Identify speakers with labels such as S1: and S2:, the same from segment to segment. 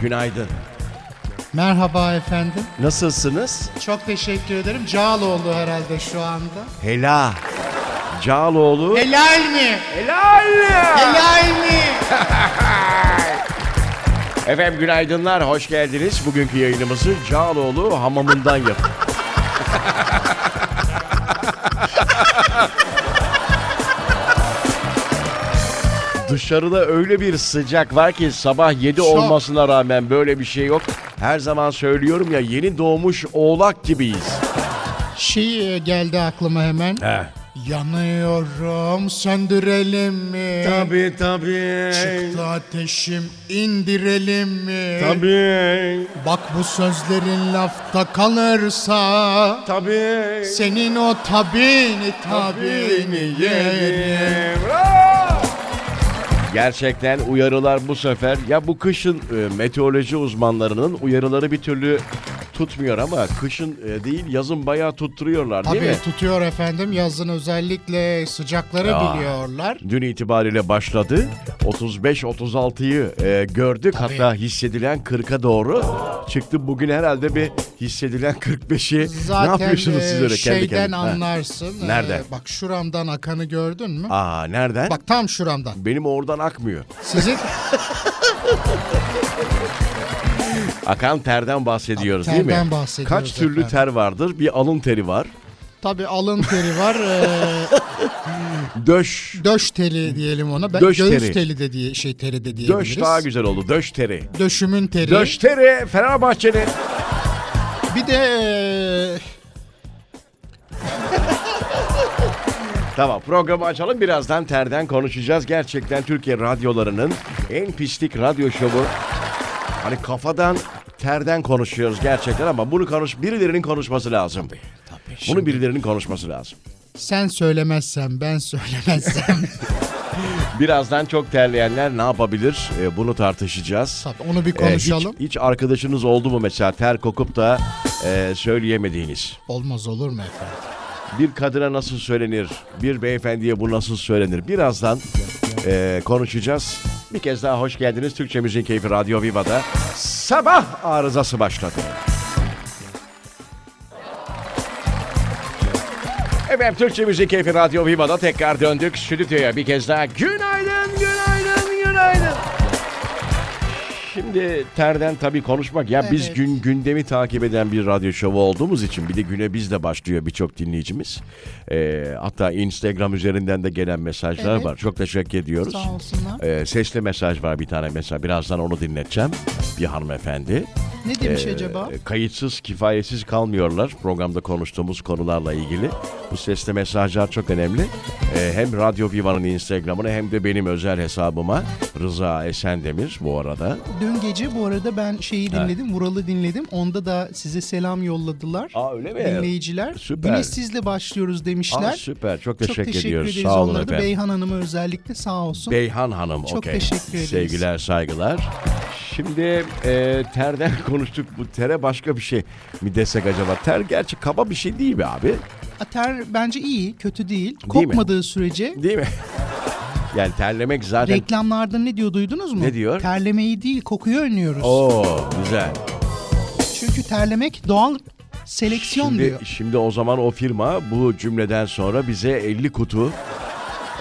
S1: Günaydın.
S2: Merhaba efendim.
S1: Nasılsınız?
S2: Çok teşekkür ederim. Cağaloğlu herhalde şu anda.
S1: Hela. Cağaloğlu.
S2: Helal mi?
S1: Helal.
S2: Helal mi?
S1: Efendim günaydınlar, hoş geldiniz. Bugünkü yayınımızı Cağaloğlu hamamından yapın. Dışarıda öyle bir sıcak var ki sabah 7
S2: Şok.
S1: olmasına rağmen böyle bir şey yok. Her zaman söylüyorum ya yeni doğmuş oğlak gibiyiz.
S2: Şey e, geldi aklıma hemen.
S1: He.
S2: Yanıyorum söndürelim mi?
S1: Tabii tabii.
S2: Çıktı ateşim indirelim mi?
S1: Tabii.
S2: Bak bu sözlerin lafta kalırsa
S1: Tabii.
S2: senin o tabini tabini yerim.
S1: Gerçekten uyarılar bu sefer ya bu kışın e, meteoroloji uzmanlarının uyarıları bir türlü tutmuyor ama kışın e, değil yazın bayağı tutturuyorlar değil
S2: Tabii
S1: mi?
S2: tutuyor efendim yazın özellikle sıcakları
S1: Ya.
S2: biliyorlar.
S1: Dün itibariyle başladı. 35-36'yı e, gördük. Hatta hissedilen 40'a doğru çıktı. Bugün herhalde bir hissedilen 45'i ne
S2: Zaten
S1: yapıyorsunuz siz
S2: e,
S1: öyle kendi
S2: şeyden
S1: kendine? Ha.
S2: anlarsın. E,
S1: Nereden?
S2: bak şuramdan akanı gördün mü?
S1: Aa nereden?
S2: Bak tam şuramdan.
S1: Benim oradan akmıyor.
S2: Sizin
S1: Akan terden bahsediyoruz
S2: Terden
S1: değil mi?
S2: bahsediyoruz
S1: Kaç türlü
S2: efendim.
S1: ter vardır? Bir alın teri var.
S2: tabi alın teri var. e,
S1: Döş.
S2: döş teri diyelim ona. Ben
S1: Döş
S2: göğüs
S1: teri.
S2: teri. de diye şey teri de diyebiliriz.
S1: Döş daha güzel oldu. Döş teri.
S2: Döşümün teri.
S1: Döş teri Fenerbahçe'nin.
S2: Bir de e,
S1: Tamam programı açalım birazdan terden konuşacağız. Gerçekten Türkiye radyolarının en pislik radyo şovu. Hani kafadan terden konuşuyoruz gerçekten ama bunu konuş birilerinin konuşması lazım. Bunu birilerinin konuşması lazım.
S2: sen söylemezsen ben söylemezsem
S1: Birazdan çok terleyenler ne yapabilir? Ee, bunu tartışacağız.
S2: tabii onu bir
S1: Ee, hiç-
S2: konuşalım.
S1: hiç, arkadaşınız oldu mu mesela ter kokup da e, söyleyemediğiniz?
S2: Olmaz olur mu efendim?
S1: Bir kadına nasıl söylenir? Bir beyefendiye bu nasıl söylenir? Birazdan e, konuşacağız. Bir kez daha hoş geldiniz Türkçe Müziğin Keyfi Radyo Viva'da. Sabah arızası başladı. Efendim Türkçe Müziğin Keyfi Radyo Viva'da tekrar döndük stüdyoya. Bir kez daha günaydın, günaydın, günaydın. Şimdi terden tabii konuşmak ya biz
S2: Evet.
S1: gün gündemi takip eden bir radyo şovu olduğumuz için bir de güne biz de başlıyor birçok dinleyicimiz. Ee, hatta Instagram üzerinden de gelen mesajlar
S2: Evet.
S1: var. Çok teşekkür ediyoruz.
S2: Sağ olsunlar.
S1: Ee, sesli mesaj var bir tane mesela birazdan onu dinleteceğim bir hanımefendi.
S2: Ne demiş acaba?
S1: Ee, Kayıtsız kifayetsiz kalmıyorlar programda konuştuğumuz konularla ilgili. Bu sesli mesajlar çok önemli. Ee, hem Radyo Viva'nın Instagram'ına hem de benim özel hesabıma Rıza Esendemir bu arada.
S3: Dün gece bu arada ben şeyi dinledim, Vural'ı dinledim. Onda da size selam yolladılar.
S1: Aa, öyle mi?
S3: Dinleyiciler.
S1: Süper.
S3: Güneş sizle başlıyoruz
S1: Aa,
S3: demişler.
S1: süper çok
S3: Çok
S1: teşekkür,
S3: teşekkür
S1: ediyoruz.
S3: ederiz
S1: Sağ olun
S3: onlara da.
S1: efendim.
S3: Beyhan Hanım'a özellikle sağ olsun.
S1: Beyhan Hanım.
S3: Çok
S1: okey.
S3: teşekkür ederiz.
S1: Sevgiler, saygılar. Şimdi e, terden konuştuk. Bu tere başka bir şey mi desek acaba? Ter gerçi kaba bir şey değil be abi.
S3: Ater bence iyi, kötü değil.
S1: mi?
S3: Kokmadığı sürece
S1: Değil mi? yani terlemek zaten...
S3: reklamlarda ne diyor duydunuz mu?
S1: Ne diyor?
S3: Terlemeyi değil, kokuyu önlüyoruz.
S1: Oo güzel.
S3: Çünkü terlemek doğal seleksiyon
S1: Şimdi,
S3: diyor.
S1: şimdi o zaman o firma bu cümleden sonra bize 50 kutu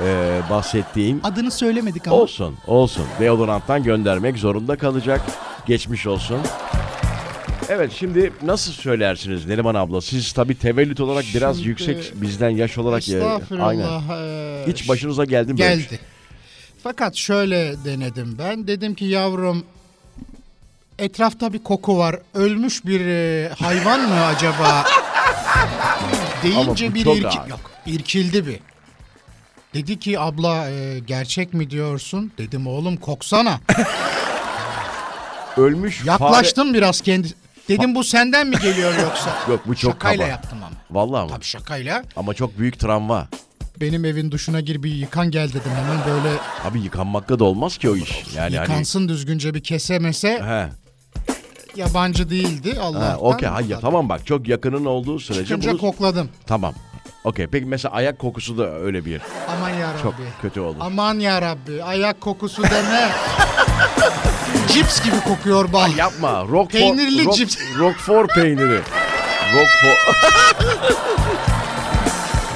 S1: e, bahsettiğim
S3: Adını söylemedik ama.
S1: Olsun, olsun. Deodoranttan göndermek zorunda kalacak. Geçmiş olsun. Evet şimdi nasıl söylersiniz Neriman abla? Siz tabii tevellüt olarak biraz
S2: Şimdi-
S1: yüksek bizden yaş olarak. e, Aynen.
S2: Estağfurullah. e,
S1: Hiç başınıza geldi mi? böyle bir şey?
S2: geldi. Fakat şöyle denedim ben. Dedim ki yavrum etrafta bir koku var. Ölmüş bir e, hayvan mı acaba?
S1: Ama bu
S2: Deyince bir
S1: çok
S2: irki...
S1: ağır.
S2: Yok, irkildi bir. Dedi ki abla e, gerçek mi diyorsun? Dedim oğlum koksana.
S1: Ölmüş fare...
S2: Yaklaştım biraz kendi. Dedim bu senden mi geliyor yoksa?
S1: Yok, bu çok
S2: Şakayla
S1: kaba.
S2: yaptım ama.
S1: Vallahi mı?
S2: Tabii şakayla.
S1: Ama çok büyük travma.
S2: Benim evin duşuna gir bir yıkan gel dedim hemen böyle
S1: Abi yıkanmakla da olmaz ki o iş. Yani hani...
S2: yıkansın düzgünce bir kesemese
S1: He,
S2: yabancı değildi Allah'tan.
S1: he, okey. Hayır, tamam bak çok yakının olduğu sürece
S2: Çıkınca
S1: bunu...
S2: kokladım.
S1: Tamam. Okey. Peki mesela ayak kokusu da öyle bir.
S2: Aman ya Rabbi.
S1: Çok kötü olur.
S2: Aman ya Rabbi. Ayak kokusu deme. Cips gibi kokuyor bal.
S1: Yapma. Roquefort,
S2: Peynirli
S1: Rock-
S2: cips.
S1: Roquefort peyniri. Roquefort.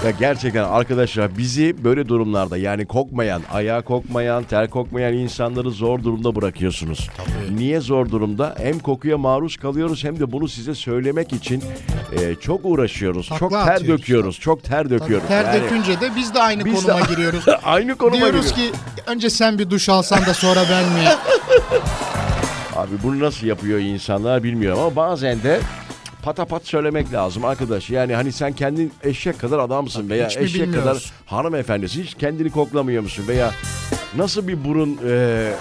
S1: Ya gerçekten arkadaşlar bizi böyle durumlarda yani kokmayan, ayağa kokmayan, ter kokmayan insanları zor durumda bırakıyorsunuz. Niye zor durumda? Hem kokuya maruz kalıyoruz hem de bunu size söylemek için e, çok uğraşıyoruz.
S2: Takla
S1: çok ter
S2: atıyoruz.
S1: döküyoruz. Çok ter döküyoruz.
S2: Ter
S1: Yani
S2: dökünce de biz de aynı
S1: biz de-
S2: konuma giriyoruz.
S1: aynı konuma
S2: Diyoruz
S1: giriyoruz.
S2: ki önce sen bir duş alsan da sonra ben mi?
S1: Abi bunu nasıl yapıyor insanlar bilmiyorum ama bazen de patapat söylemek lazım arkadaş. Yani hani sen kendin eşek kadar adamsın veya
S2: hiç mi
S1: eşek kadar
S2: bilmiyoruz?
S1: hanımefendisin. Hiç kendini koklamıyor musun veya nasıl bir burun... eee,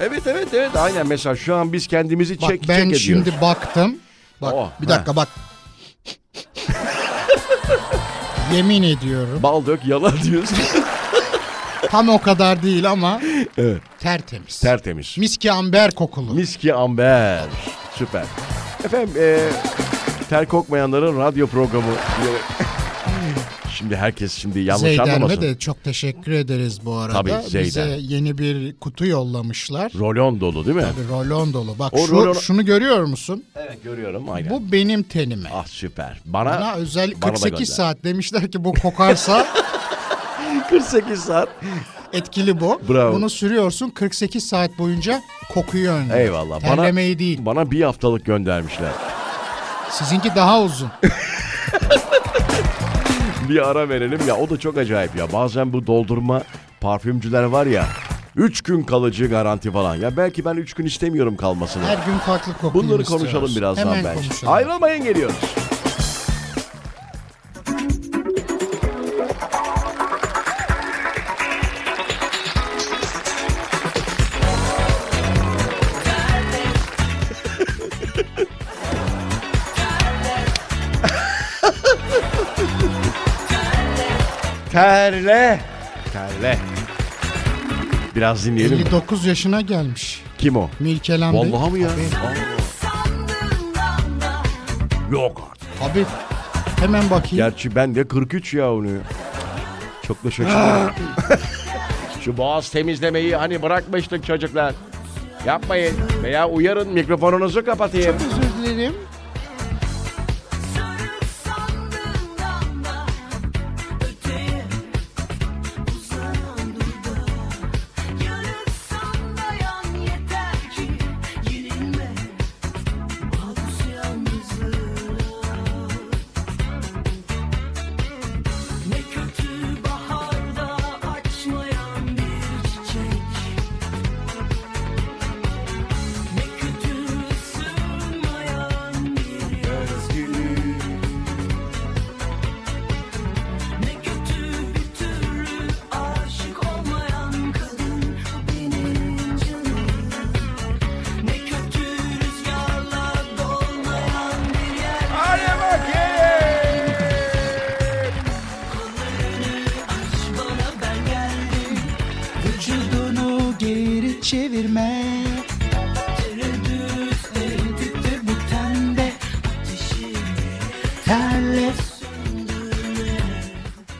S1: Evet evet evet aynen mesela şu an biz kendimizi
S2: Bak
S1: çek çek
S2: ben
S1: ediyoruz.
S2: şimdi baktım. Bak
S1: Oh,
S2: bir dakika bak. Yemin ediyorum.
S1: Bal dök yalan diyorsun.
S2: Tam o kadar değil ama
S1: evet.
S2: tertemiz.
S1: Tertemiz.
S2: Miski amber kokulu.
S1: Miski amber. Süper. Efendim eee, ter kokmayanların radyo programı. Şimdi herkes şimdi yanlış
S2: Zeyder'me
S1: anlamasın.
S2: de çok teşekkür ederiz bu arada.
S1: Tabii, Zeyder.
S2: Bize yeni bir kutu yollamışlar.
S1: Rolon dolu değil mi?
S2: Tabii rolon dolu. Bak
S1: O
S2: şu,
S1: rolon-
S2: şunu görüyor musun?
S1: Evet görüyorum aynen.
S2: Bu benim tenime.
S1: Ah süper. Bana,
S2: Bana özel
S1: bana da
S2: 48
S1: gönder.
S2: saat demişler ki bu kokarsa
S1: 48 saat.
S2: etkili bu.
S1: Bravo.
S2: Bunu sürüyorsun 48 saat boyunca kokuyu önlüyor.
S1: Eyvallah.
S2: Terlemeyi değil.
S1: Bana bir haftalık göndermişler.
S2: Sizinki daha uzun.
S1: Bir ara verelim ya o da çok acayip ya. Bazen bu doldurma parfümcüler var ya. 3 gün kalıcı garanti falan. Ya belki ben 3 gün istemiyorum kalmasını.
S2: Her gün farklı kokuyu
S1: Bunları
S2: istiyoruz.
S1: konuşalım birazdan
S2: Hemen
S1: bence.
S2: konuşalım.
S1: Ayrılmayın geliyoruz. Terle. Terle. Biraz dinleyelim.
S2: 59 yaşına gelmiş.
S1: Kim o?
S2: Mirkel Hanbey.
S1: Vallahi mi ya?
S2: Tabii.
S4: Sandığından da
S1: Yok artık.
S2: Tabii. Hemen bakayım.
S1: Gerçi ben de 43 ya onu. Çok da şaşırdım. Şu boğaz temizlemeyi hani bırakmıştık çocuklar. Yapmayın veya uyarın mikrofonunuzu kapatayım.
S2: Özür dilerim.
S4: sarık sandığından da öteye uzanan durda Yarıksan dayan yeter ki yenilme Mahpus yalnızlığa Ne kötü baharda açmayan bir çiçek Ne kötü ısınmayan bir yaz günü Ne kötü bir türlü aşık olmayan kadın benim canım Ne kötü rüzgarla dolmayan bir yer
S1: Hadi bakayım.
S4: Kollarını aç bana ben geldim
S3: Vücudunu geri çevirme
S4: Tereddüt tereddütte bu tende ateşi
S3: Terle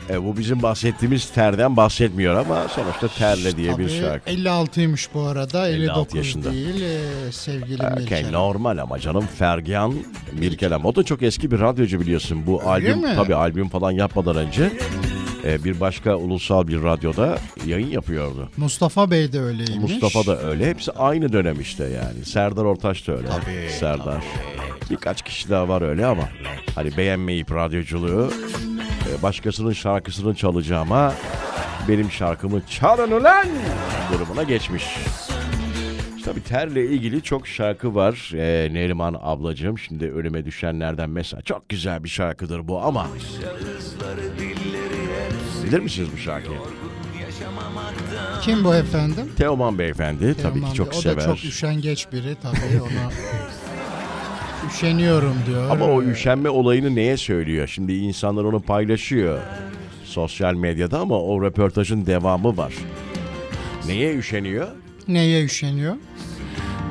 S1: E, bu bizim bahsettiğimiz terden bahsetmiyor ama sonuçta terle diye bir
S2: Tabii,
S1: şarkı.
S2: 56'ymış bu arada.
S1: 56
S2: 59
S1: yaşında.
S2: değil. Ee, sevgili Mirkel.
S1: Okay, normal ama canım Fergian Mirkelem. O da çok eski bir radyocu biliyorsun. Bu albüm
S2: mi?
S1: tabii albüm falan yapmadan önce e, bir başka ulusal bir radyoda yayın yapıyordu.
S2: Mustafa Bey de öyleymiş.
S1: Mustafa da öyle. Hepsi aynı dönem işte yani. Serdar Ortaç da öyle. Serdar. Birkaç kişi daha var öyle ama hani beğenmeyip radyoculuğu e, başkasının şarkısını çalacağıma benim şarkımı çalın ulan durumuna geçmiş. İşte Tabii terle ilgili çok şarkı var. E, Neriman ablacığım şimdi önüme düşenlerden mesela çok güzel bir şarkıdır bu ama bilir misiniz bu şarkıyı?
S2: Kim bu efendim?
S1: Teoman beyefendi tabii
S2: Teoman
S1: ki çok
S2: Bey. o
S1: sever.
S2: da çok üşengeç biri tabii ona. Üşeniyorum diyor.
S1: Ama o üşenme olayını neye söylüyor? Şimdi insanlar onu paylaşıyor sosyal medyada ama o röportajın devamı var. Neye üşeniyor?
S2: Neye üşeniyor?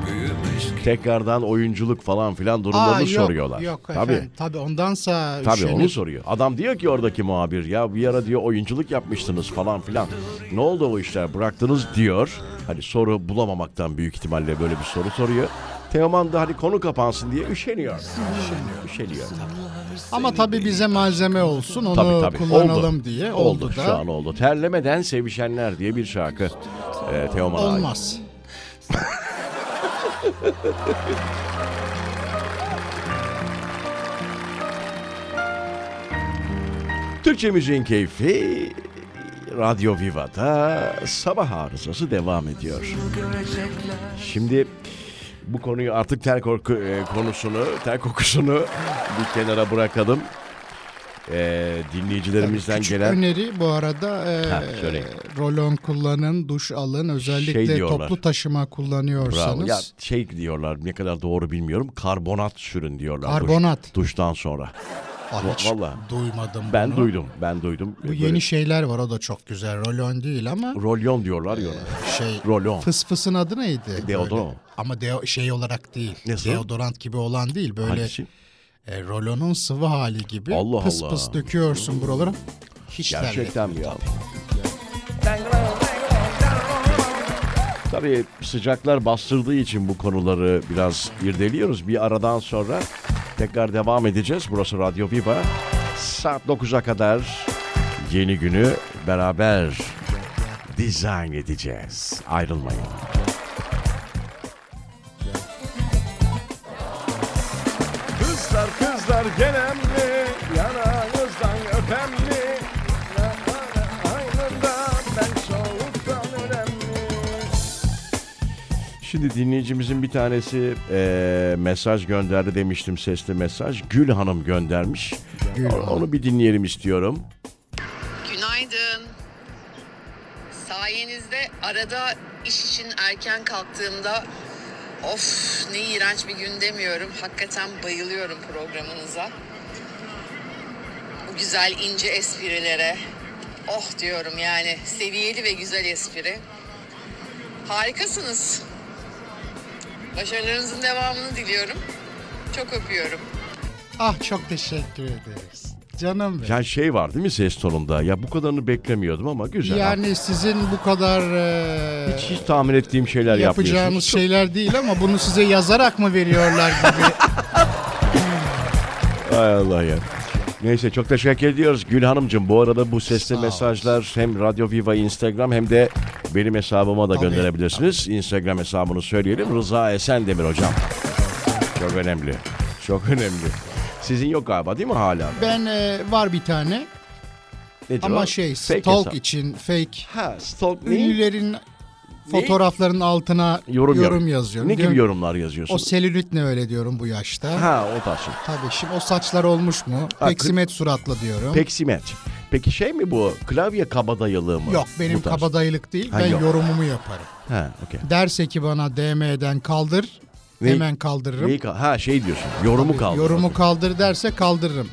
S5: Büyümeye
S4: aşk
S1: Tekrardan oyunculuk falan filan durumlarını
S2: yok,
S1: soruyorlar.
S2: Yok
S1: Tabii.
S2: efendim. Tabii ondansa
S1: Tabii
S2: üşenip-
S1: onu soruyor. Adam diyor ki oradaki muhabir ya bir ara diyor oyunculuk yapmıştınız falan filan. Ne oldu o işler bıraktınız diyor. Hani soru bulamamaktan büyük ihtimalle böyle bir soru soruyor. Teoman da hani konu kapansın diye üşeniyor. Üşeniyor. Üşeniyor.
S2: Ama tabii bize malzeme olsun onu
S1: Tabii tabii.
S2: kullanalım
S1: oldu.
S2: diye
S1: oldu,
S2: oldu, da
S1: Şu an oldu. Terlemeden sevişenler diye bir şarkı. Ee, Teoman'a ait.
S2: olmaz.
S1: Türkçe Müziğin Keyfi Radyo Viva'da sabah arızası devam ediyor. Şimdi bu konuyu artık ter korku, e, konusunu, ter kokusunu bir kenara bırakalım. E, dinleyicilerimizden
S2: Küçük
S1: gelen
S2: öneri bu arada e,
S1: Ha, söyleyin.
S2: rolon kullanın, duş alın. Özellikle
S1: Şey diyorlar.
S2: toplu taşıma
S1: bravo.
S2: kullanıyorsanız.
S1: Ya şey diyorlar ne kadar doğru bilmiyorum. Karbonat sürün diyorlar. duş-
S2: Karbonat.
S1: duştan sonra.
S2: Aa,
S1: Va-
S2: Ah, hiç
S1: vallahi.
S2: duymadım
S1: Ben
S2: bunu.
S1: duydum. Ben duydum.
S2: Bu yeni şeyler var o da çok güzel. Rolon değil ama
S1: rolyon diyorlar diyorlar.
S2: şey
S1: Rolon. E,
S2: fıs fısın adı neydi?
S1: deodorant.
S2: Böyle. Ama deo- şey olarak değil.
S1: Nasıl?
S2: Deodorant gibi olan değil. Böyle
S1: Hangisi?
S2: e, rolonun sıvı hali gibi
S1: Allah
S2: pıs
S1: Allah.
S2: pıs döküyorsun buralara. Hiç terletmiyor.
S1: Gerçekten mi ya? Tabii sıcaklar bastırdığı için bu konuları biraz irdeliyoruz. Bir aradan sonra tekrar devam edeceğiz. Burası Radyo Viva. Saat 9'a kadar yeni günü beraber dizayn edeceğiz. Ayrılmayın. Kızlar kızlar gelen mi? Yanağınızdan öpen mi? Na, na, na, Aynında ben soğuktan önemli. Şimdi dinleyicimizin bir tanesi eee, mesaj gönderdi demiştim sesli mesaj. Gül Hanım göndermiş. Onu bir dinleyelim istiyorum.
S5: Günaydın. Sayenizde arada iş için erken kalktığımda of ne iğrenç bir gün demiyorum. Hakikaten bayılıyorum programınıza. Bu güzel ince esprilere. Oh diyorum yani seviyeli ve güzel espri. Harikasınız. Başarılarınızın devamını diliyorum. Çok öpüyorum.
S2: Ah çok teşekkür ederiz. Canım benim.
S1: Yani şey var değil mi ses tonunda? Ya bu kadarını beklemiyordum ama güzel.
S2: Yani sizin bu kadar e,
S1: hiç, hiç tahmin ettiğim şeyler
S2: yapacağınız
S1: yapmıyorsunuz. Çok-
S2: şeyler değil ama bunu size yazarak mı veriyorlar gibi.
S1: Ay Allah ya. Neyse çok teşekkür ediyoruz Gül Hanımcığım. Bu arada bu sesli mesajlar hem Radyo Viva Instagram hem de benim hesabıma da gönderebilirsiniz. Instagram hesabını söyleyelim. Rıza Esen Demir hocam. Çok önemli. Çok önemli. Sizin yok galiba değil mi hala?
S2: ben e, var bir tane
S1: Nedir
S2: ama
S1: o?
S2: şey
S1: Fake
S2: stalk
S1: hesap.
S2: için fake.
S1: Ha stalk ne?
S2: Ünlülerin fotoğraflarının altına
S1: Yorum,
S2: yorum,
S1: yap-
S2: yazıyorum.
S1: Ne gibi
S2: Diyorum,
S1: yorumlar
S2: O
S1: yazıyorsunuz?
S2: selülit ne öyle diyorum bu yaşta.
S1: ha o tarz şey.
S2: Tabii şimdi o saçlar olmuş mu?
S1: Ha,
S2: Peksimet suratlı diyorum.
S1: Peksimet. Peki şey mi bu? Klavye kabadayılığı mı?
S2: Yok benim
S1: Bu tarz.
S2: kabadayılık değil.
S1: Ha,
S2: ben
S1: yok.
S2: yorumumu yaparım.
S1: Ha okey.
S2: Derse ki bana DM'den kaldır.
S1: Ne-
S2: Hemen kaldırırım.
S1: Neyi ka- ha şey diyorsun. Yorumu kaldı.
S2: Yorumu kaldır derse kaldırırım.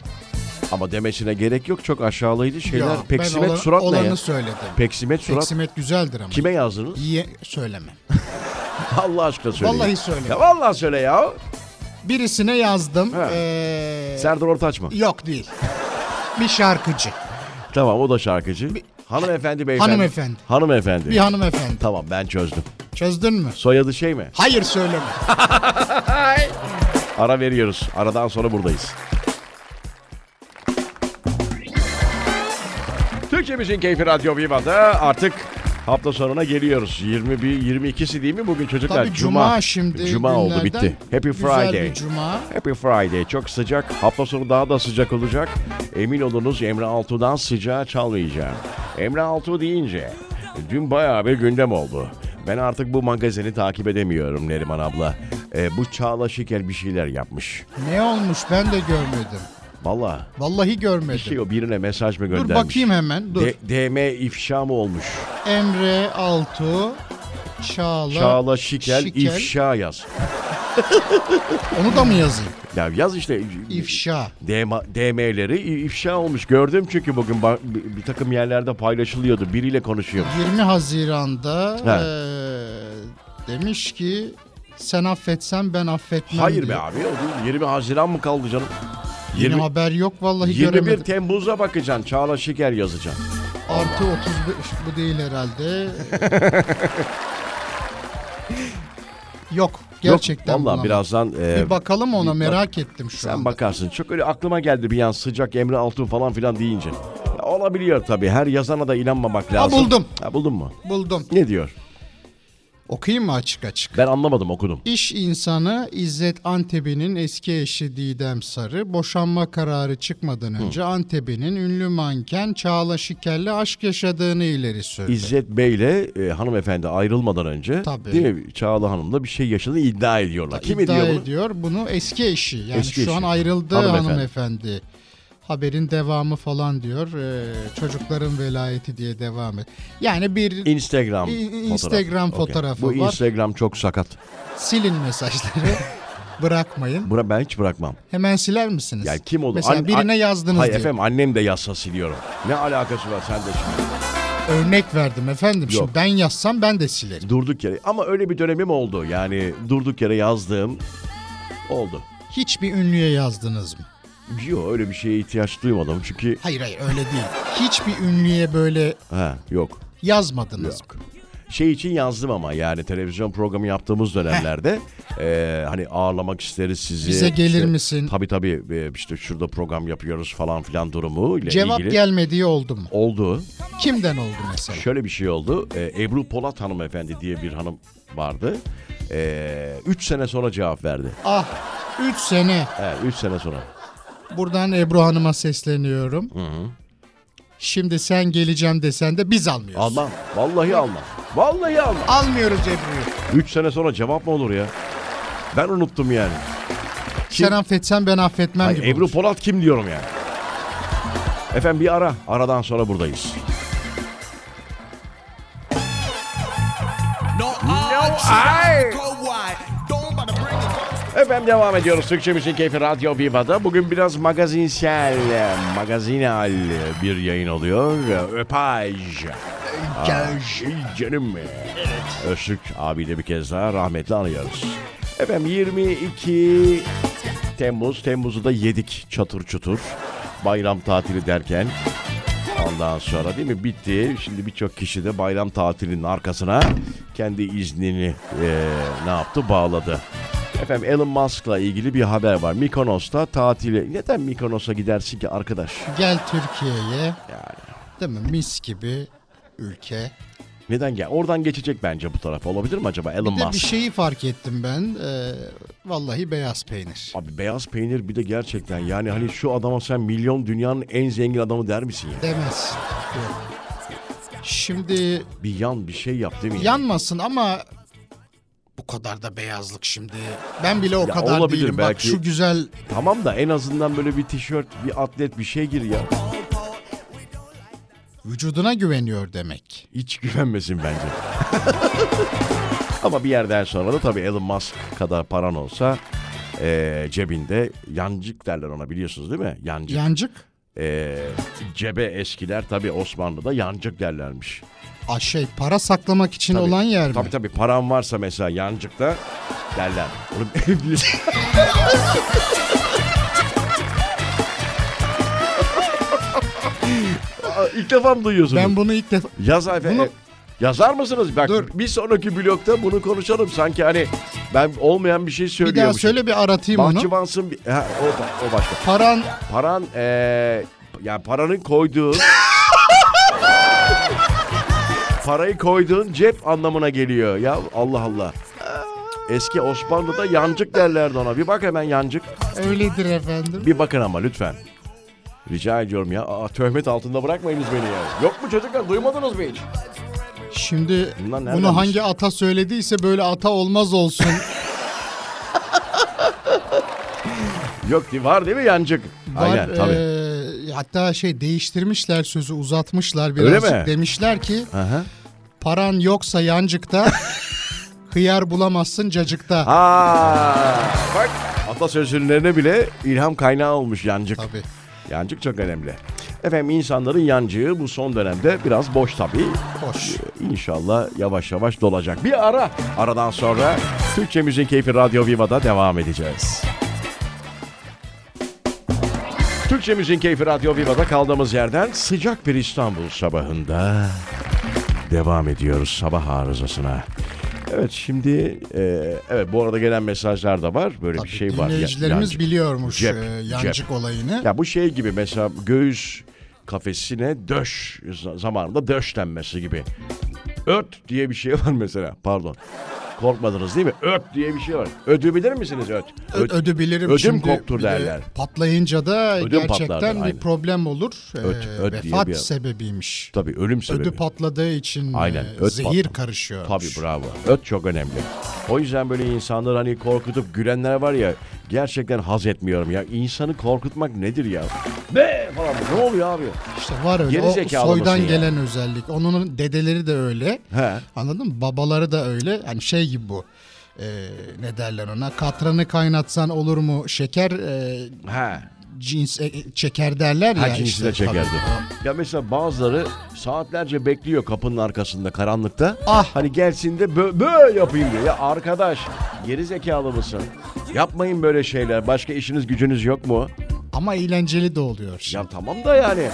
S1: Ama demesine gerek yok. Çok aşağılayıcı şeyler.
S2: Yok, ben
S1: Peksimet
S2: olan-
S1: surat ne
S2: olanı
S1: ya?
S2: söyledim.
S1: Peksimet surat.
S2: Peksimet güzeldir ama.
S1: Kime yazdınız?
S2: Yiye söyleme.
S1: Allah aşkına söyle.
S2: Vallahi söyle.
S1: Ya vallahi söyle ya.
S2: Birisine yazdım.
S1: Ha.
S2: ee,
S1: Serdar Ortaç mı?
S2: Yok değil. Bir şarkıcı.
S1: Tamam o da şarkıcı. Hanımefendi beyefendi.
S2: Hanımefendi.
S1: Hanımefendi.
S2: Bir hanımefendi.
S1: Tamam ben çözdüm.
S2: Çözdün mü?
S1: Soyadı şey mi?
S2: Hayır söyleme.
S1: Ara veriyoruz. Aradan sonra buradayız. Türkçe Müziğin Keyfi Radyo Viva'da artık hafta sonuna geliyoruz. 21 22'si değil mi bugün çocuklar?
S2: Tabii cuma şimdi
S1: Cuma oldu
S2: günlerden
S1: bitti. Happy
S2: güzel
S1: Friday.
S2: bir cuma.
S1: Happy Friday. Çok sıcak. Hafta sonu daha da sıcak olacak. Emin olunuz Emre Altuğ'dan sıcağı çalmayacağım. Emre Altuğ deyince dün bayağı bir gündem oldu. Ben artık bu magazini takip edemiyorum Neriman abla. Ee, bu Çağla Şikel bir şeyler yapmış.
S2: Ne olmuş ben de görmedim.
S1: Vallahi
S2: Vallahi görmedim.
S1: şey o birine mesaj mı
S2: dur
S1: göndermiş?
S2: bakayım hemen. Dur.
S1: D- DM ifşa mı olmuş?
S2: Emre Altuğ Çağla,
S1: Çağla Şikel, ifşa yaz.
S2: Onu da mı yazayım?
S1: Ya yaz işte.
S2: İfşa.
S1: DM, DM'leri i- ifşa olmuş. Gördüm çünkü bugün ba- bir bir takım yerlerde paylaşılıyordu. Biriyle konuşuyor.
S2: 20 Haziran'da
S1: Ha.
S2: eee, e, demiş ki Sen affetsen ben affetmem
S1: Hayır
S2: diye.
S1: be abi. o değil. 20 Haziran mı kaldı canım?
S2: Yine
S1: 20,
S2: haber yok vallahi
S1: 21
S2: göremedim.
S1: Temmuz'a bakacaksın. Çağla Şiker yazacaksın.
S2: Artı 35 bu değil herhalde. yok gerçekten.
S1: Yok, valla
S2: bulamadım.
S1: birazdan e,
S2: Bir bakalım ona
S1: bir bak-
S2: merak ettim şu
S1: sen
S2: anda.
S1: bakarsın. Çok öyle aklıma geldi bir an sıcak Emre Altun falan filan deyince. Ya, olabiliyor tabii. Her yazana da inanmamak lazım.
S2: buldum.
S1: Ha, buldun mu?
S2: Buldum.
S1: Ne diyor?
S2: Okuyayım mı açık açık?
S1: Ben anlamadım okudum.
S2: İş insanı İzzet Antebi'nin eski eşi Didem Sarı boşanma kararı çıkmadan önce Antebi'nin ünlü manken Çağla Şiker'le aşk yaşadığını ileri sürdü.
S1: İzzet Bey'le e, hanımefendi ayrılmadan önce
S2: Tabii.
S1: değil mi? Çağla Hanım'la bir şey yaşadığını iddia ediyorlar. Kim
S2: İddia
S1: ediyor bunu?
S2: ediyor bunu eski eşi yani
S1: Eski
S2: şu an
S1: eşi.
S2: ayrıldı
S1: Hanımefendi.
S2: hanımefendi. Haberin devamı falan diyor. Ee, çocukların velayeti diye devam et. Yani bir
S1: Instagram
S2: İ-
S1: fotoğrafı.
S2: Instagram
S1: Okey.
S2: fotoğrafı
S1: Bu
S2: var.
S1: Instagram çok sakat.
S2: silin mesajları bırakmayın.
S1: Bura ben hiç bırakmam.
S2: Hemen siler misiniz?
S1: Yani kim olur?
S2: Mesela
S1: An-
S2: birine
S1: an-
S2: yazdınız
S1: Hayır
S2: diye.
S1: efendim annem de yazsa siliyorum. Ne alakası var sen de şimdi?
S2: Örnek verdim efendim.
S1: Yok.
S2: Şimdi ben yazsam ben de silerim.
S1: Durduk yere. Ama öyle bir dönemim oldu. Yani durduk yere yazdığım oldu.
S2: Hiçbir ünlüye yazdınız mı?
S1: Yok öyle bir şeye ihtiyaç duymadım çünkü
S2: Hayır hayır öyle değil. Hiçbir ünlüye böyle
S1: ha yok.
S2: yazmadınız mı?
S1: Şey için yazdım ama yani televizyon programı yaptığımız dönemlerde e, hani ağırlamak isteriz sizi.
S2: Bize gelir
S1: İşte,
S2: misin?
S1: Tabii tabii e, işte şurada program yapıyoruz falan filan durumu ile
S2: Cevap
S1: ilgili.
S2: gelmediği oldu mu?
S1: oldu.
S2: Kimden oldu mesela?
S1: Şöyle bir şey oldu. Ee, Ebru Polat hanımefendi diye bir hanım vardı. 3 sene sonra cevap verdi.
S2: Ah 3 sene.
S1: Evet 3 sene sonra.
S2: Buradan Ebru Hanım'a sesleniyorum. Şimdi sen geleceğim desen de biz almıyoruz.
S1: Almam. Vallahi almam. Vallahi almam.
S2: Almıyoruz Ebru'yu.
S1: 3 sene sonra cevap mı olur ya? Ben unuttum yani. Kim-
S2: Sen affetsen ben affetmem
S1: Ay,
S2: gibi.
S1: Ebru
S2: olur.
S1: Polat kim diyorum yani. Efendim bir ara. Aradan sonra buradayız. Efendim devam ediyoruz. Türkçemizin keyfi Radyo Viva'da. Bugün biraz magazinsel, magazinal bir yayın oluyor. Öpaj. Öpaj. Canım. Evet. Öztürk abi de bir kez daha rahmetli anıyoruz. Efendim 22 Temmuz. Temmuz'u da yedik çatır çutur. Bayram tatili derken. Ondan sonra değil mi bitti. Şimdi birçok kişi de bayram tatilinin arkasına kendi iznini eee, ne yaptı bağladı. Efendim Elon Musk'la ilgili bir haber var. Mykonos'ta tatili. Neden Mykonos'a gidersin ki arkadaş?
S2: Gel Türkiye'ye.
S1: Yani
S2: Değil mi? Mis gibi ülke.
S1: neden gel? Oradan geçecek bence bu taraf. Olabilir mi acaba Elon
S2: Bir şey- de
S1: Musk?
S2: bir şeyi fark ettim ben. Ee, vallahi beyaz peynir.
S1: Abi beyaz peynir bir de gerçekten yani hani şu adama sen milyon dünyanın en zengin adamı der misin ya?
S2: Demez. Yok. Şimdi
S1: Bir yan bir şey yap değil mi? ya?
S2: yanmasın ama bu kadar da beyazlık şimdi. Ben bile o
S1: Ya
S2: kadar
S1: olabilir
S2: değilim. Bak
S1: belki.
S2: şu güzel
S1: Tamam da en azından böyle bir tişört, bir atlet bir şey gir ya.
S2: vücuduna güveniyor demek.
S1: Hiç güvenmesin bence. Ama bir yerden sonra da tabii Elon Musk kadar paran olsa eee, cebinde yancık derler ona biliyorsunuz değil mi? Yancık.
S2: Yancık.
S1: Eee, cebe eskiler tabii Osmanlı'da yancık derlermiş.
S2: Aa, şey para saklamak için
S1: Tabii.
S2: olan yer mi?
S1: Tabii tabii paran varsa mesela yancıkta derler. Onu biliyorsun. Aa, İlk defa mı duyuyorsunuz?
S2: Ben bunu ilk defa
S1: Yaz abi.
S2: Bunu-
S1: e, Yazar mısınız? Bak
S2: Dur.
S1: bir sonraki blokta bunu konuşalım. Sanki hani ben olmayan bir şey
S2: bir daha
S1: söylüyormuşum.
S2: söyle bir aratayım onu.
S1: Bahçıvansın bir- ha, o, ba- o başka.
S2: Paran
S1: Paran eee yani paranın koyduğu parayı koyduğun cep anlamına geliyor. Ya Allah Allah. Eski Osmanlı'da yancık derlerdi ona. Bir bak hemen yancık.
S2: öyledir efendim.
S1: Bir bakın ama lütfen. Rica ediyorum ya. Aa, töhmet altında bırakmayınız beni ya. Yok mu çocuklar duymadınız mı hiç?
S2: Şimdi
S1: Bunlar nereden
S2: bunu hangi ata söylediyse böyle ata olmaz olsun.
S1: Yok di- var değil mi yancık?
S2: Var, e,
S1: Aynen tabii.
S2: eee, hatta şey değiştirmişler sözü uzatmışlar birazcık.
S1: mi?
S2: Demişler ki
S1: Aha.
S2: paran yoksa yancıkta hıyar bulamazsın cacıkta.
S1: Aa, bak atasözlerine bile ilham kaynağı olmuş yancık.
S2: Tabii.
S1: Yancık çok önemli. Efendim insanların yancığı bu son dönemde biraz boş tabii.
S2: Hoş.
S1: İnşallah yavaş yavaş dolacak. Bir ara. Aradan sonra Türkçe Müziğin Keyfi Radyo Viva'da devam edeceğiz. Türkçe Müziğin Keyfi Radyo Viva'da kaldığımız yerden sıcak bir İstanbul sabahında devam ediyoruz sabah arızasına. Evet şimdi e, evet bu arada gelen mesajlar da var. Böyle
S2: Tabii
S1: bir şey var. Ya-
S2: dinleyicilerimiz
S1: yancık.
S2: biliyormuş
S1: Cep,
S2: e,
S1: cep.
S2: yancık olayını.
S1: Ya bu şey gibi mesela göğüs kafesine döş za- zamanında döş denmesi gibi. Öt diye bir şey var mesela. Pardon. Korkmadınız değil mi? Öt diye bir şey var. Ödü bilir misiniz öt?
S2: Ö- ödü bilirim
S1: ödüm
S2: şimdi.
S1: koptu
S2: bir de
S1: derler.
S2: Patlayınca da
S1: Ödüm
S2: gerçekten
S1: patlardı,
S2: bir
S1: aynen.
S2: problem olur. E,
S1: Öt- öt diye
S2: vefat
S1: bir-
S2: sebebiymiş.
S1: Tabii ölüm sebebi.
S2: Ödü patladığı için e,
S1: Aynen, öt
S2: zehir
S1: patladı.
S2: karışıyor.
S1: Tabii bravo. Öt çok önemli. O yüzden böyle insanları hani korkutup gülenler var ya gerçekten haz etmiyorum ya. İnsanı korkutmak nedir ya? Be falan ne oluyor abi?
S2: İşte var öyle.
S1: Geri
S2: O
S1: zekalı mısın
S2: soydan
S1: ya?
S2: gelen özellik. Onun dedeleri de öyle.
S1: He.
S2: Anladın mı? Babaları da öyle. Hani şey gibi bu. E, ne derler ona? Katranı kaynatsan olur mu? Şeker e,
S1: He.
S2: cins e, çeker derler ya.
S1: Her cinsi
S2: işte.
S1: de çekerdi.
S2: Tabii.
S1: Ya mesela bazıları saatlerce bekliyor kapının arkasında karanlıkta.
S2: Ah!
S1: Hani gelsin de bö- böyle yapayım diyor. Ya arkadaş geri zekalı mısın? Yapmayın böyle şeyler. Başka işiniz gücünüz yok mu?
S2: Ama eğlenceli de oluyor.
S1: Ya tamam da yani.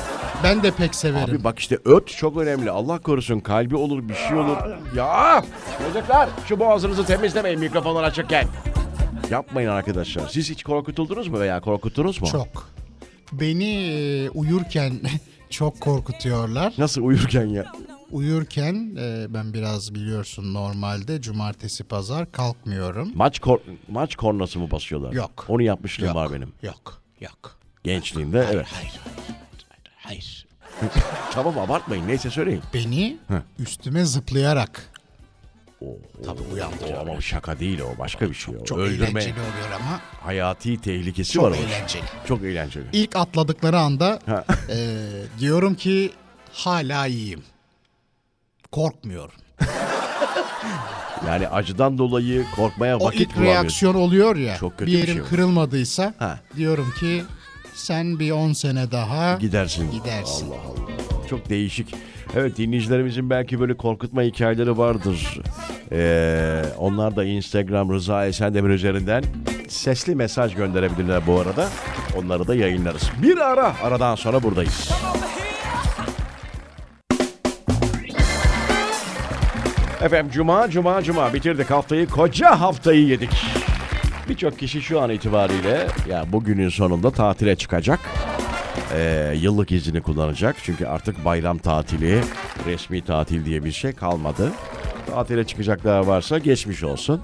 S2: Ben de pek severim.
S1: Abi bak işte öt çok önemli. Allah korusun kalbi olur bir şey olur. Ya çocuklar şu boğazınızı temizlemeyin mikrofonlar açıkken. Yapmayın arkadaşlar. Siz hiç korkutuldunuz mu veya korkutunuz mu?
S2: Çok. Beni e, uyurken çok korkutuyorlar.
S1: Nasıl uyurken ya?
S2: Uyurken e, ben biraz biliyorsun normalde cumartesi pazar kalkmıyorum.
S1: Maç kor maç kornası mı basıyorlar?
S2: Yok.
S1: Onu yapmışlığım
S2: Yok,
S1: var benim.
S2: Yok, yok.
S1: Gençliğimde evet.
S2: Hayır, hayır, hayır.
S1: Tamam abartmayın neyse söyleyin.
S2: Beni üstüme zıplayarak. Tabii
S1: O
S2: uyandırıyor.
S1: ama şaka değil o başka bir şey o.
S2: Çok
S1: Öldürme
S2: eğlenceli oluyor ama
S1: hayati tehlikesi
S2: çok
S1: var onun.
S2: eğlenceli.
S1: Çok eğlenceli.
S2: İlk atladıkları anda
S1: Ha.
S2: e, diyorum ki hala iyiyim. Korkmuyorum.
S1: Yani acıdan dolayı korkmaya
S2: O
S1: vakit
S2: ilk
S1: bulamıyorsun.
S2: reaksiyon oluyor ya.
S1: Çok kötü
S2: bir
S1: bir
S2: yerim
S1: şey bu.
S2: kırılmadıysa
S1: Ha.
S2: diyorum ki sen bir 10 sene daha
S1: Gidersin.
S2: gidersin.
S1: Allah Allah. Çok değişik. Evet dinleyicilerimizin belki böyle korkutma hikayeleri vardır. Ee, onlar da Instagram Rıza Esendemir üzerinden sesli mesaj gönderebilirler bu arada. Onları da yayınlarız. Bir ara aradan sonra buradayız. Efendim cuma cuma cuma bitirdik haftayı koca haftayı yedik. Birçok kişi şu an itibariyle ya bugünün sonunda tatile çıkacak. Ee, yıllık izini kullanacak. Çünkü artık bayram tatili, resmi tatil diye bir şey kalmadı. Tatile çıkacaklar varsa geçmiş olsun.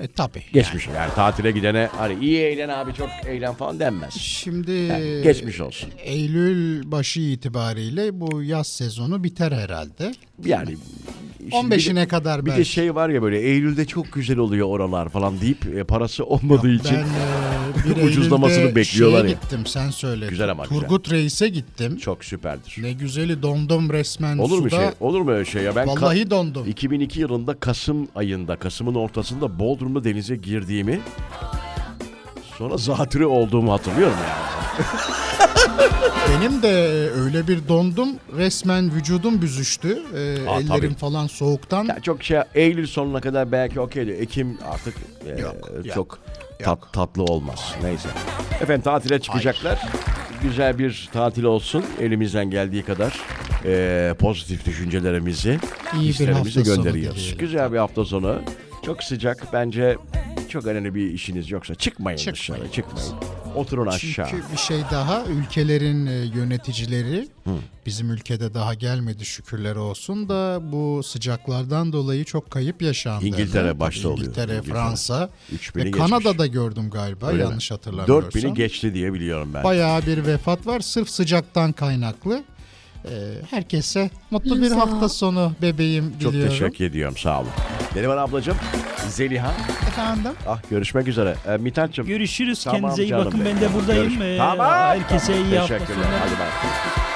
S2: E tabii.
S1: Geçmiş yani tatile gidene hani iyi eğlen abi çok eğlen falan denmez.
S2: Şimdi
S1: Yani geçmiş olsun.
S2: Eylül başı itibariyle bu yaz sezonu biter herhalde.
S1: Yani şimdi bir de-
S2: 15'ine kadar
S1: bir
S2: belki.
S1: de şey var ya böyle Eylül'de çok güzel oluyor oralar falan deyip e, parası olmadığı için
S2: Ben e, bir
S1: Ucuzlamasını
S2: Eylül'de
S1: bekliyorlar
S2: şeye
S1: ya.
S2: gittim sen söyle.
S1: Güzel ama güzel.
S2: Turgut Reis'e gittim.
S1: çok süperdir.
S2: Ne güzeli dondum resmen
S1: Olur mu
S2: suda.
S1: şey? Olur mu öyle şey ya? Ben ka-
S2: Vallahi dondum.
S1: 2002 yılında Kasım ayında, Kasım'ın ortasında Bodrum'da denize girdiğimi sonra zatürre olduğumu hatırlıyorum yani.
S2: Benim de e, öyle bir dondum. Resmen vücudum büzüştü. Ee,
S1: Aa,
S2: ellerim
S1: tabii.
S2: falan soğuktan.
S1: Ya çok şey Eylül sonuna kadar belki okeydi. Ekim artık e,
S2: Yok, yok,
S1: çok tat- tatlı olmaz. Neyse. Efendim tatile çıkacaklar. Güzel bir tatil olsun elimizden geldiği kadar. e, pozitif düşüncelerimizi,
S2: İyi bir
S1: hislerimizi
S2: hafta sonu
S1: gönderiyoruz.
S2: dileyelim.
S1: Güzel bir hafta sonu. Çok sıcak. Bence çok önemli bir işiniz yoksa çıkmayın,
S2: Çıkmayın.
S1: dışarı. Çıkmayın. Oturun aşağı.
S2: Çünkü bir şey daha ülkelerin e, yöneticileri bizim ülkede daha gelmedi şükürler olsun da bu sıcaklardan dolayı çok kayıp yaşandı.
S1: İngiltere
S2: Tabii
S1: başta oluyor.
S2: İngiltere,
S1: İngiltere.
S2: Fransa
S1: Üç bini
S2: ve
S1: geçmiş.
S2: Kanada'da gördüm galiba
S1: Öyle mi?
S2: yanlış hatırlamıyorsam.
S1: 4000'i geçti diye biliyorum ben.
S2: Bayağı bir vefat var sırf sıcaktan kaynaklı. Ee, herkese mutlu bir hafta sonu bebeğim
S1: Çok
S2: diliyorum.
S1: teşekkür ediyorum. Sağ olun. Neriman ablacığım, Zeliha.
S2: Efendim?
S1: Ah görüşmek üzere. Ee, Mithat'cığım.
S6: Görüşürüz.
S1: Tamam
S6: Kendinize iyi
S1: canım
S6: bakın.
S1: benim.
S6: Ben de buradayım.
S1: Görüş-
S6: Ee,
S1: Tamam.
S6: Herkese iyi hafta
S1: Teşekkürler.
S6: sonları.
S1: Hadi bay.